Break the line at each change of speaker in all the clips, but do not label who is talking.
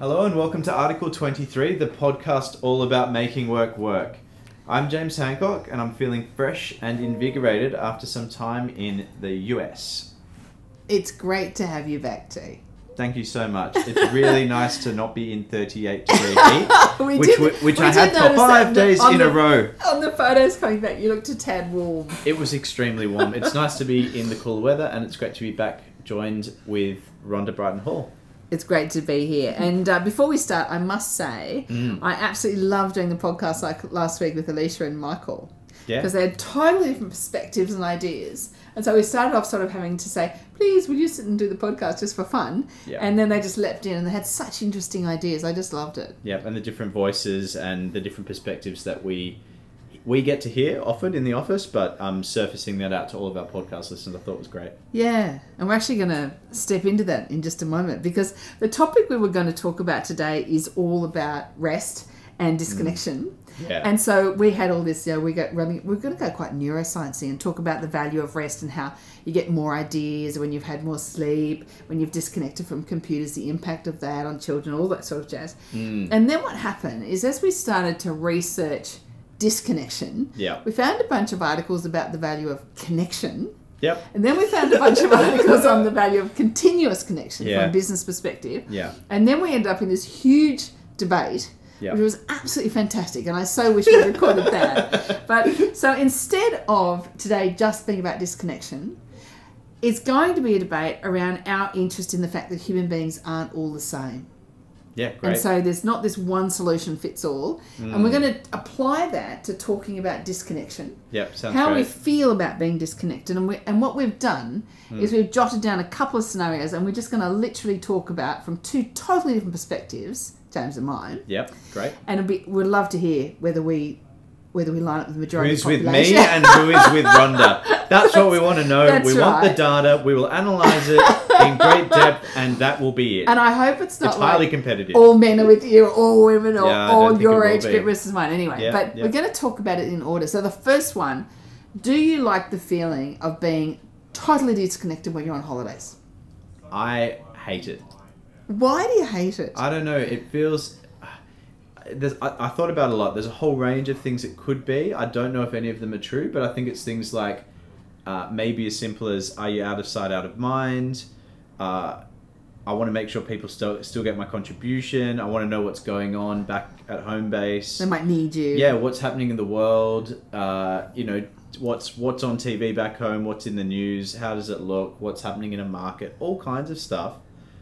and welcome to Article 23, the podcast all about making work work. I'm James Hancock, and I'm feeling fresh and invigorated after some time in the US.
It's great to have you back, T.
Thank you so much. It's really nice to not be in 38 degree heat,
We
which,
did-
w- which
we
I
did
had for
notice
five
that
days
on
in
the-
a row.
On the photos coming back, you looked a tad warm.
It was extremely warm. It's nice to be in the cool weather, and it's great to be back joined with Rhonda Brighton Hall.
It's great to be here. And uh, before we start, I must say,
Mm.
I absolutely love doing the podcast like last week with Alicia and Michael
Yeah.
because they had totally different perspectives and ideas. And so we started off sort of having to say, please, will you sit and do the podcast just for fun?
Yeah.
And then they just leapt in and they had such interesting ideas. I just loved it.
Yeah, and the different voices and the different perspectives that we we get to hear often in the office, but um, surfacing that out to all of our podcast listeners, I thought was great.
Yeah, and we're actually going to step into that in just a moment because the topic we were going to talk about today is all about rest and disconnection.
Yeah.
And so we had all this, you know, we got running, we're going to go quite neurosciencey and talk about the value of rest and how you get more ideas when you've had more sleep, when you've disconnected from computers, the impact of that on children, all that sort of jazz.
Mm.
And then what happened is as we started to research disconnection,
Yeah.
we found a bunch of articles about the value of connection.
Yep.
And then we found a bunch of articles on the value of continuous connection
Yeah.
from a business perspective.
Yeah.
And then we ended up in this huge debate,
Yeah.
which was absolutely fantastic. And I so wish we recorded that. But so instead of today just being about disconnection, it's going to be a debate around our interest in the fact that human beings aren't all the same.
Yeah, great.
And so there's not this one solution fits all. And
Mm.
we're going to apply that to talking about disconnection
yep, sounds
how
great.
we feel about being disconnected and we, and what we've done
Hmm.
is we've jotted down a couple of scenarios and we're just going to literally talk about from two totally different perspectives James and mine
Yep, great.
and it'd be, we'd love to hear whether we whether we line up with the majority
Who's
of the
with
population
me and who is with Rhonda? That's what we want to know.
That's
We want the
right.
data. We will analyze it in great depth, and that will be it.
and I hope it's not
it's highly
like
competitive.
all men are with you, or all women, or
Yeah, I don't
all
think it
your
will
age
be.
group versus mine. Anyway,
Yeah,
but
yeah.
we're going to talk about it in order. So the first one: Do you like the feeling of being totally disconnected when you're on holidays?
I hate it.
Why do you hate it?
I don't know. It feels. There's, I, I thought about it a lot. There's a whole range of things it could be. I don't know if any of them are true, but I think it's things like uh, maybe as simple as are you out of sight, out of mind? Uh, I want to make sure people still still get my contribution. I want to know what's going on back at home base.
they might need you.
Yeah, what's happening in the world? Uh, you know, what's what's on TV back home? What's in the news? How does it look? What's happening in a market? All kinds of stuff.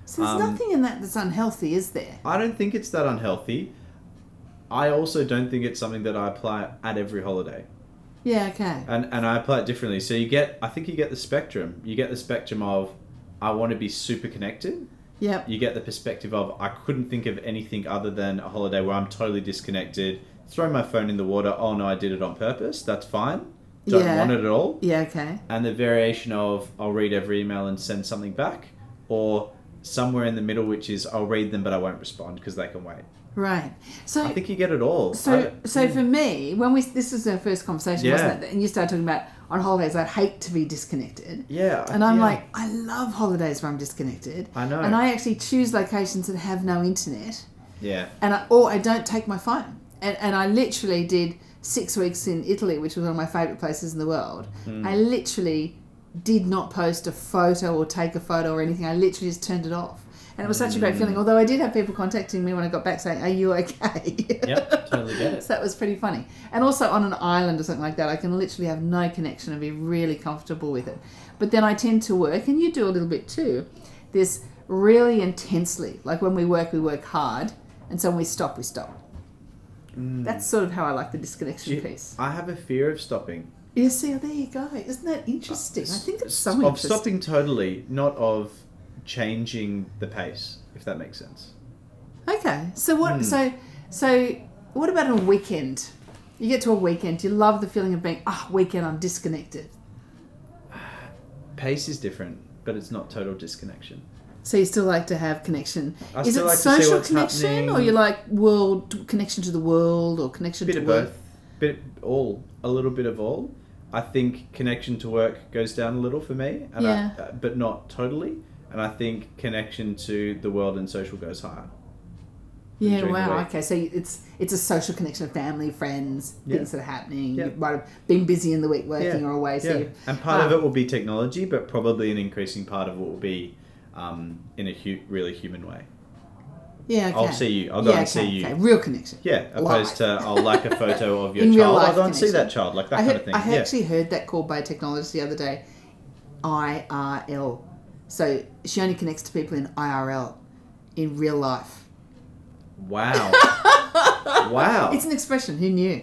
So there's
Um,
nothing in that that's unhealthy, is there?
I don't think it's that unhealthy. I also don't think it's something that I apply at every holiday.
Yeah, okay.
And and I apply it differently. So you get I think you get the spectrum. You get the spectrum of I want to be super connected.
Yep.
You get the perspective of I couldn't think of anything other than a holiday where I'm totally disconnected. Throw my phone in the water. Oh no, I did it on purpose. That's fine. Don't
Yeah.
want it at all
Yeah, okay.
and the variation of I'll read every email and send something back, or somewhere in the middle, which is I'll read them but I won't respond because they can wait.
Right. So
I think you get it all. I
so
don't- Hmm.
so for me, when we this was our first conversation,
Yeah.
wasn't it? And you started talking about on holidays I'd hate to be disconnected.
yeah, I-
And I'm
yeah.
like, I love holidays where I'm disconnected.
I know.
And I actually choose locations that have no internet.
yeah,
and I, or I don't take my phone. And, and I literally did six weeks in Italy, which was one of my favourite places in the world.
Hmm.
I literally did not post a photo or take a photo or anything. I literally just turned it off. And it was such a great
Hmm.
feeling. Although I did have people contacting me when I got back saying, Are you okay?
Yep, totally get it.
so that was pretty funny. And also on an island or something like that, I can literally have no connection and be really comfortable with it. But then I tend to work, and you do a little bit too, this really intensely. Like when we work, we work hard. And so when we stop, we stop.
Mm.
That's sort of how I like the disconnection
You-
piece.
I have a fear of stopping.
You see, oh, there you go. Isn't that interesting? I think it's so
of
interesting.
stopping totally, not of changing the pace, if that makes sense.
Okay. So what?
Mm.
So so what about a weekend? You get to a weekend. You love the feeling of being ah weekend. I'm disconnected.
Pace is different, but it's not total disconnection.
So you still like to have connection.
I
Is it
still like to see
social
what's
connection or
happening.
you like world connection to the world or connection
bit
to
of
work?
both, bit all, a little bit of all. I think connection to work goes down a little for me, and
Yeah.
I, uh, but not totally. And I think connection to the world and social goes higher. them
Yeah,
during the
wow.
week.
Okay, so it's it's a social connection of family, friends,
Yeah.
things that are happening.
Yeah.
You might have been busy in the week working
Yeah.
or away, so
Yeah.
you
And part of
um,
it will be technology, but probably an increasing part of it will be um, in a hu- really human way.
yeah. Okay.
I'll see you. I'll go
Yeah,
and see
okay,
you.
okay. Real connection.
Yeah, opposed
Live.
to I'll like a photo of your
In real
child. "Oh, I
life
don't see
connection.
that child, like that
I,
kind
heard-
of thing.
I had
yeah.
actually heard that called by technology the other day, IRL. So she only connects to people in IRL, in real life.
Wow. wow.
It's an expression. Who knew?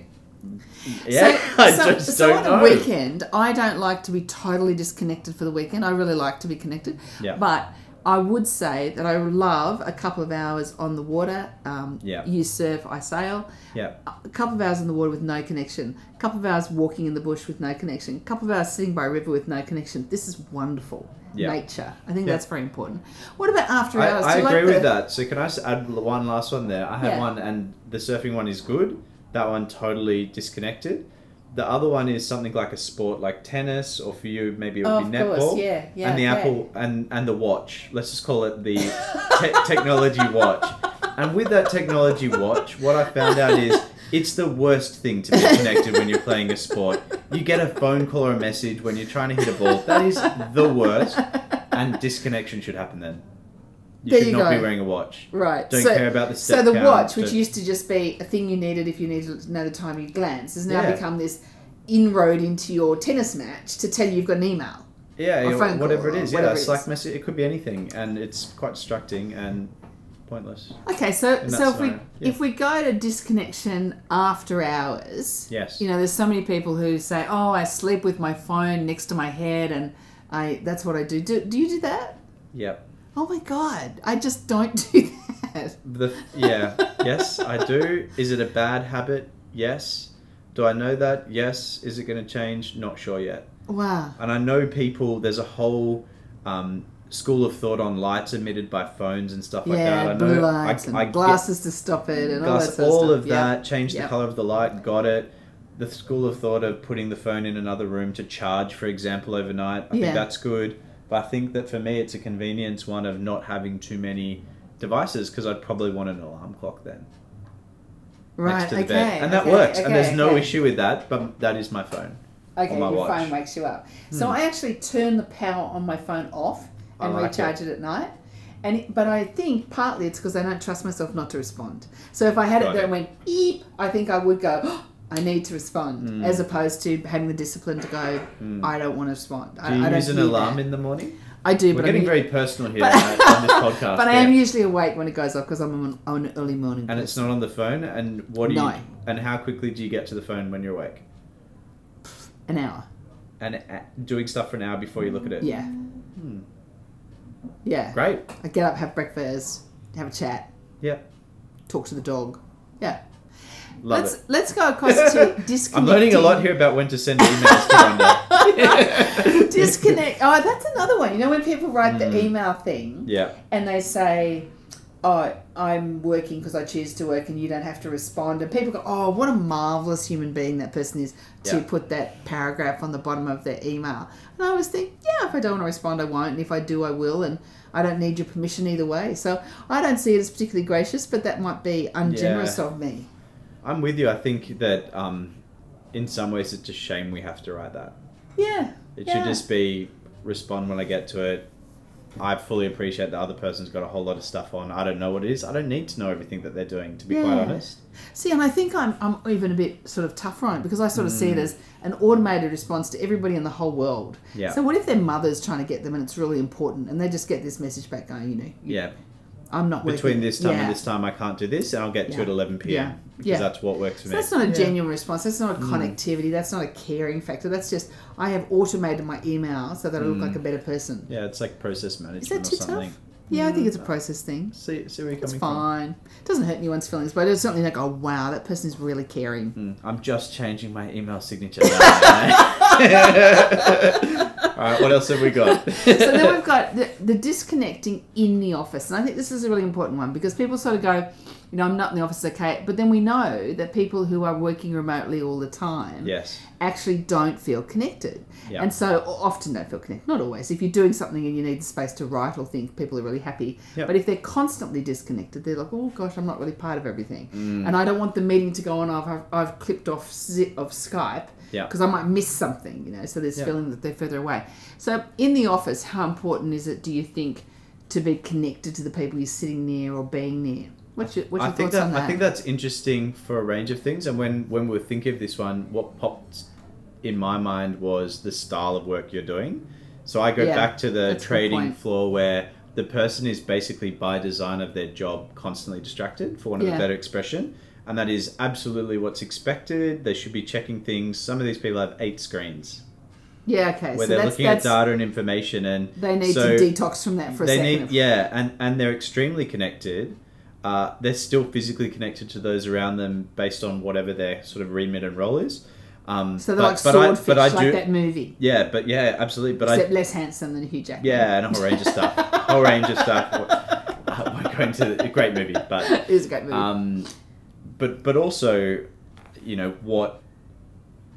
yeah,
So,
I
so,
just
so
don't
on
know.
a weekend, I don't like to be totally disconnected for the weekend. I really like to be connected.
Yeah.
But I would say that I love a couple of hours on the water. Um,
Yeah.
You surf, I sail.
Yeah,
A couple of hours on the water with no connection. A couple of hours walking in the bush with no connection. A couple of hours sitting by a river with no connection. This is wonderful.
Yeah.
Nature. I think
Yeah.
that's very important. What about after
I,
hours?
I
Do you like
agree with
the-
that. So can I just add l- one last one there? I had
Yeah.
one, and the surfing one is good. That one totally disconnected. The other one is something like a sport, like tennis, or for you maybe it would
Oh,
be
of
netball.
course, yeah, yeah,
and the
yeah.
Apple and and the watch. Let's just call it the te- technology watch. And with that technology watch, what I found out is it's the worst thing to be connected when you're playing a sport. You get a phone call or a message when you're trying to hit a ball. That is the worst. And disconnection should happen then. You
There
should
you
not be
go.
wearing a watch.
Right.
Don't
so,
care about the
So
step
the
count,
watch, which
don't-
used to just be a thing you needed if you needed to know the time you glance, has now
Yeah.
become this inroad into your tennis match to tell you you've got an email.
Yeah,
Or
yeah,
phone
whatever
call
it
or
is.
whatever
Yeah,
it
Slack
is.
message. It could be anything, and it's quite distracting and pointless.
Okay, so
In that
so if we
scenario, yeah.
if we go to disconnection after hours,
Yes.
you know, there's so many people who say, "Oh, I sleep with my phone next to my head, and I that's what I do." Do, do you do that?
Yep.
Oh my god, I just don't do that.
The yeah. yes, I do. Is it a bad habit? Yes. Do I know that? Yes. Is it going to change? Not sure yet.
Wow.
And I know people. There's a whole um, school of thought on lights emitted by phones and stuff like
yeah,
that. I know.
blue
I-
lights and
I get-
glasses to stop it, and all
Gus,
that sort
all
of
of
stuff. Yeah.
that, change the
Yep.
color of the light, got it. The school of thought of putting the phone in another room to charge, for example, overnight. I
Yeah.
think that's good. But I think that for me, it's a convenience one of not having too many devices because I'd probably want an alarm clock then
Right.
next to the
okay.
bed. And that
okay,
works. and
okay,
there's no
okay.
issue with that, but that is my phone.
Okay,
on my
your
watch. Hmm.
phone wakes you up. So I actually turn the power on my phone off
I
and
like
recharge it. at night. And it, but I think partly it's because I don't trust myself not to respond. So if I had
Got
it there
it.
and went eep, I think I would go. "Oh, I need to respond,
Hmm.
as opposed to having the discipline to go. I don't want to respond.
Do
I,
you
I don't
use an
hear
alarm
that."
in the morning?
I do,
We're
but
getting
I'm,
very personal here right, on this podcast.
but I am
yeah.
usually awake when it goes off because I'm an, an early morning.
And it's not on the phone. And what do
No.
you? And how quickly do you get to the phone when you're awake?
an hour.
And uh, doing stuff for an hour before you look at it.
Yeah.
Hmm.
Yeah.
Great.
I get up, have breakfast, have a chat,
Yeah.
talk to the dog. Yeah.
Love
let's
it.
let's go across to disconnect.
I'm learning a lot here about when to send emails to Rhonda.
Disconnect. Oh, that's another one. You know when people write
Mm.
the email thing
Yeah.
and they say, "Oh, I'm working because I choose to work, and you don't have to respond." And people go, "Oh, what a marvelous human being that person is to
Yeah.
put that paragraph on the bottom of their email." And I always think, "Yeah, if I don't want to respond, I won't, and if I do, I will, and I don't need your permission either way." So I don't see it as particularly gracious, but that might be ungenerous
Yeah.
of me.
I'm with you. I think that um, in some ways it's a shame we have to write that.
Yeah.
It
Yeah.
should just be respond when I get to it. I fully appreciate the other person's got a whole lot of stuff on. I don't know what it is. I don't need to know everything that they're doing, to be quite
Yeah.
honest.
See, and I think I'm, I'm even a bit sort of tougher on it because I sort of
Mm.
see it as an automated response to everybody in the whole world.
Yeah.
So what if their mother's trying to get them and it's really important and they just get this message back going, you know, you-
Yeah.
I'm not
Between
working.
this time
yeah.
and this time, I can't do this, and I'll get to
Yeah.
it 11 p.m.
Yeah.
Because
Yeah.
that's what works for
So
me.
that's not a genuine response. That's not a
Mm.
connectivity. That's not a caring factor. That's just I have automated my email so that I look
Mm.
like a better person.
yeah, it's like process management
Is that
or
too
something.
tough? Yeah, I think it's a process thing.
See, see where you're
It's
coming from.
fine. It doesn't hurt anyone's feelings, but it's certainly like, oh wow, that person is really caring.
Mm, I'm just changing my email signature. now. All right, what else have we got?
so then we've got the, the disconnecting in the office, and I think this is a really important one because people sort of go, you know, I'm not in the office, okay. But then we know that people who are working remotely all the time
Yes.
actually don't feel connected.
Yeah.
And so o- often don't feel connected. Not always. If you're doing something and you need the space to write or think, people are really happy.
Yeah.
But if they're constantly disconnected, they're like, oh gosh, I'm not really part of everything.
Mm.
And I don't want the meeting to go on. I've, I've, I've clipped off zi- of Skype
Yeah.
because I might miss something, you know. So there's
Yeah.
feeling that they're further away. So in the office, how important is it, do you think, to be connected to the people you're sitting near or being near? What's your, what's
I
your
think
thoughts
that,
on that?
I think that's interesting for a range of things. And when when we were thinking of this one, what popped in my mind was the style of work you're doing. So I go
Yeah,
back to the
that's a good
trading
point.
floor where the person is basically by design of their job constantly distracted, for want of
Yeah.
a better expression. And that is absolutely what's expected. They should be checking things. Some of these people have eight screens
yeah, okay.
where
so
they're
that's,
looking
that's,
at data and information, and
They need
so-
to detox from that for a
they
second.
need yeah and and they're extremely connected uh, they're still physically connected to those around them based on whatever their sort of remit and role is um,
So they're
but,
like
but I,
swordfish,
but I
like
do
that movie,
yeah but yeah absolutely but
except
I
less handsome than Hugh Jackman.
yeah and a whole range of stuff whole range of stuff Uh, we're going to the, great movie but
it was a great movie.
um, but but also you know what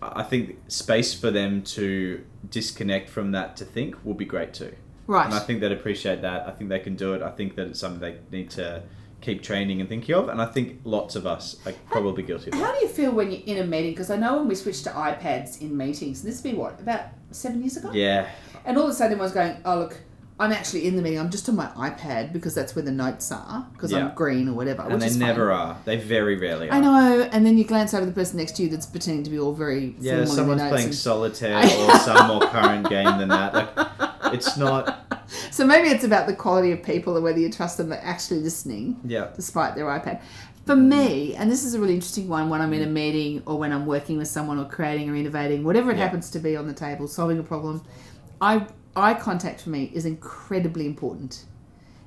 I think space for them to disconnect from that to think will be great too and I
right.
think they'd appreciate that. I think they can do it. I think that it's something they need to keep training and thinking of. And I think lots of us are probably guilty of that.
How do you feel when you're in a meeting? Because I know when we switched to iPads in meetings, and this would be what about seven years ago,
Yeah,
and all of a sudden everyone's going, "Oh look." I'm actually in the meeting. I'm just on my iPad because that's where the notes are because
Yeah.
I'm green or whatever.
and
which
they
is
never
fine.
are. They very rarely are.
I know. And then you glance over the person next to you that's pretending to be all very formal
Yeah,
in their
someone's
notes
playing
and-
solitaire or some more current game than that. Like, it's not.
So maybe it's about the quality of people and whether you trust them that actually listening.
Yeah,
despite their iPad. For me, and this is a really interesting one when I'm in a
Mm.
meeting or when I'm working with someone or creating or innovating, whatever it
Yeah.
happens to be on the table, solving a problem, I eye contact for me is incredibly important.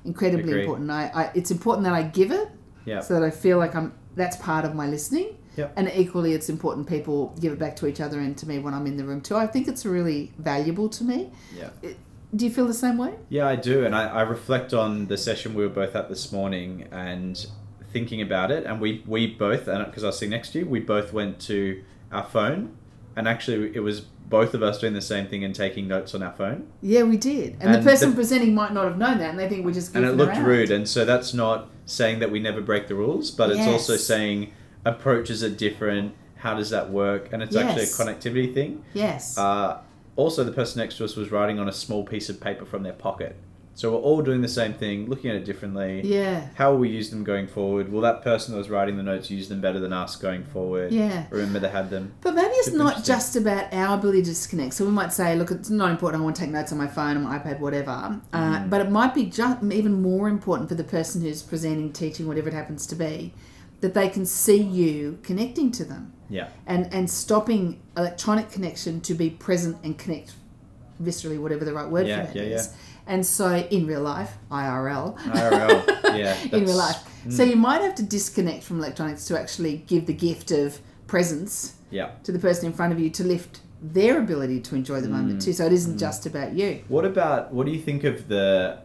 Incredibly
Agree.
important. I, I it's important that I give it
yeah,
so that I feel like I'm that's part of my listening.
Yep.
And equally, it's important people give it back to each other and to me when I'm in the room too. I think it's really valuable to me.
yeah.
Do you feel the same way?
Yeah, I do. And I, I reflect on the session we were both at this morning and thinking about it. And we, we both, and because I was sitting next to you, we both went to our phone. And actually, it was both of us doing the same thing and taking notes on our phone.
Yeah, we did. And,
And
the person
the-
presenting might not have known that, and they think we're just
And it
goofing
looked
around.
rude. And so that's not saying that we never break the rules, but it's also
Yes.
saying approaches are different. How does that work? And it's
Yes.
actually a connectivity thing.
Yes.
Uh, also, the person next to us was writing on a small piece of paper from their pocket. So we're all doing the same thing, looking at it differently.
Yeah.
How will we use them going forward? Will that person that was writing the notes use them better than us going forward?
Yeah.
Remember they had them.
But maybe it's
Super
not
interesting.
just about our ability to disconnect. So we might say, look, it's not important. I want to take notes on my phone, on my iPad, whatever. Uh,
Mm.
But it might be just even more important for the person who's presenting, teaching, whatever it happens to be, that they can see you connecting to them
Yeah.
and, and stopping electronic connection to be present and connect viscerally, whatever the right word
Yeah,
for that
yeah,
is.
yeah.
And so in real life, IRL.
IRL, yeah,
in real
that's-
life. So
Mm.
you might have to disconnect from electronics to actually give the gift of presence
Yeah.
to the person in front of you to lift their ability to enjoy
Hmm.
the moment too. So it isn't just about you.
What about what do you think of the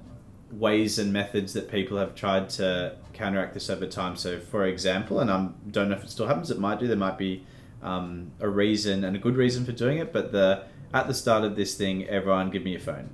ways and methods that people have tried to counteract this over time? So, for example, and I don't know if it still happens. It might do. There might be um, a reason and a good reason for doing it. But the at the start of this thing, everyone give me your phone.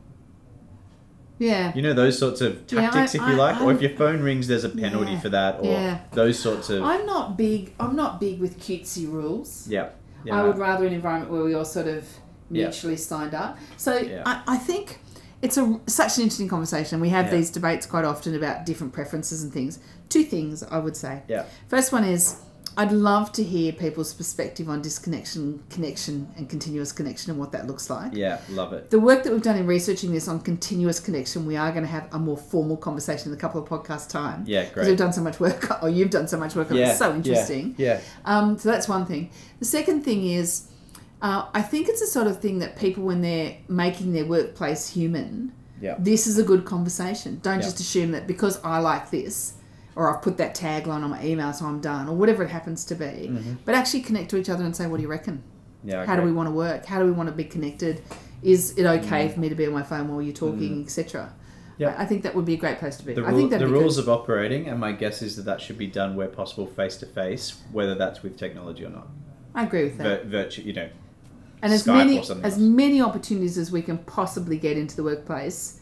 Yeah.
You know those sorts of
Yeah, I-
tactics, if you
I-
like, or if
I'm-
your phone rings, there's a penalty
Yeah,
for that, or
yeah.
those sorts of
I'm not big I'm not big with cutesy rules.
yeah. yeah.
I would rather an environment where we all sort of
Yeah.
mutually signed up. So
Yeah.
I, I think it's a such an interesting conversation. We have
Yeah.
these debates quite often about different preferences and things. Two things I would say.
Yeah.
First one is I'd love to hear people's perspective on disconnection, connection, and continuous connection and what that looks like.
Yeah, love it.
The work that we've done in researching this on continuous connection, we are going to have a more formal conversation in a couple of podcasts time.
Yeah,
Because
great.
we've done so much work, or you've done so much work on it.
yeah,
It's so interesting.
Yeah,
Um, so that's one thing. The second thing is, uh, I think it's the sort of thing that people, when they're making their workplace human,
yeah, yeah.
this is a good conversation. Don't
Yeah.
just assume that because I like this, or I've put that tagline on my email, so I'm done, or whatever it happens to be.
Mm.
But actually connect to each other and say, what do you reckon?
Mm-hmm. yeah
How do
agree.
we want to work? How do we want to be connected? Is it okay for me to be on my phone while you're talking, etc.?
Mm-hmm. Yeah.
I, I think that would be a great place to be.
The,
I
rule,
think that'd
the
be
rules
good.
of operating, and my guess is that that should be done where possible face to face, whether that's with technology or not.
I agree with that.
Vir- virtu- you know,
and as
Skype
many
or something
as
else.
many opportunities as we can possibly get into the workplace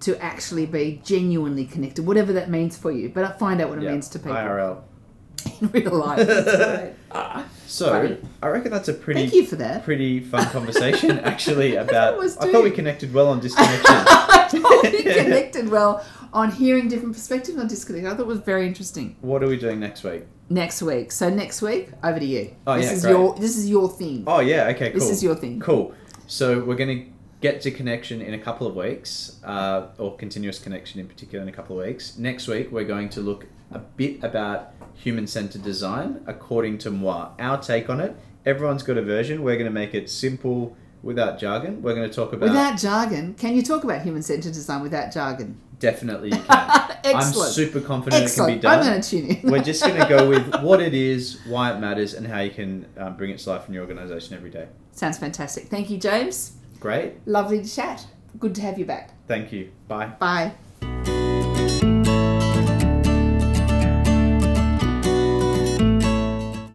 to actually be genuinely connected, whatever that means for you. But I find out what it
yeah,
means to people
IRL.
in real life. That's great.
So
Sorry.
I reckon that's a Ah, pretty
Thank you for that.
pretty fun conversation actually
I thought
about.
it was
I thought we
too.
connected well on disconnection.
I thought we connected well on hearing different perspectives on disconnect. I thought it was very interesting.
what are we doing next week?
Next week. So next week, over to you.
Oh,
this
yeah,
is
great.
your this is your thing.
Oh yeah, okay, cool.
This is your thing.
Cool. So we're gonna get to connection in a couple of weeks, uh, or continuous connection in particular in a couple of weeks. Next week we're going to look a bit about human-centered design according to moi. Our take on it. Everyone's got a version. We're gonna make it simple without jargon. We're gonna talk about
Without jargon, can you talk about human centered design without jargon?
definitely you can. I'm
Excellent.
super confident
Excellent.
it can be done.
I'm going to tune in.
We're just going to go with what it is, why it matters, and how you can um, bring it to life in your organization every day.
Sounds fantastic. Thank you, James.
Great.
Lovely to chat. Good to have you back.
Thank you. Bye.
Bye.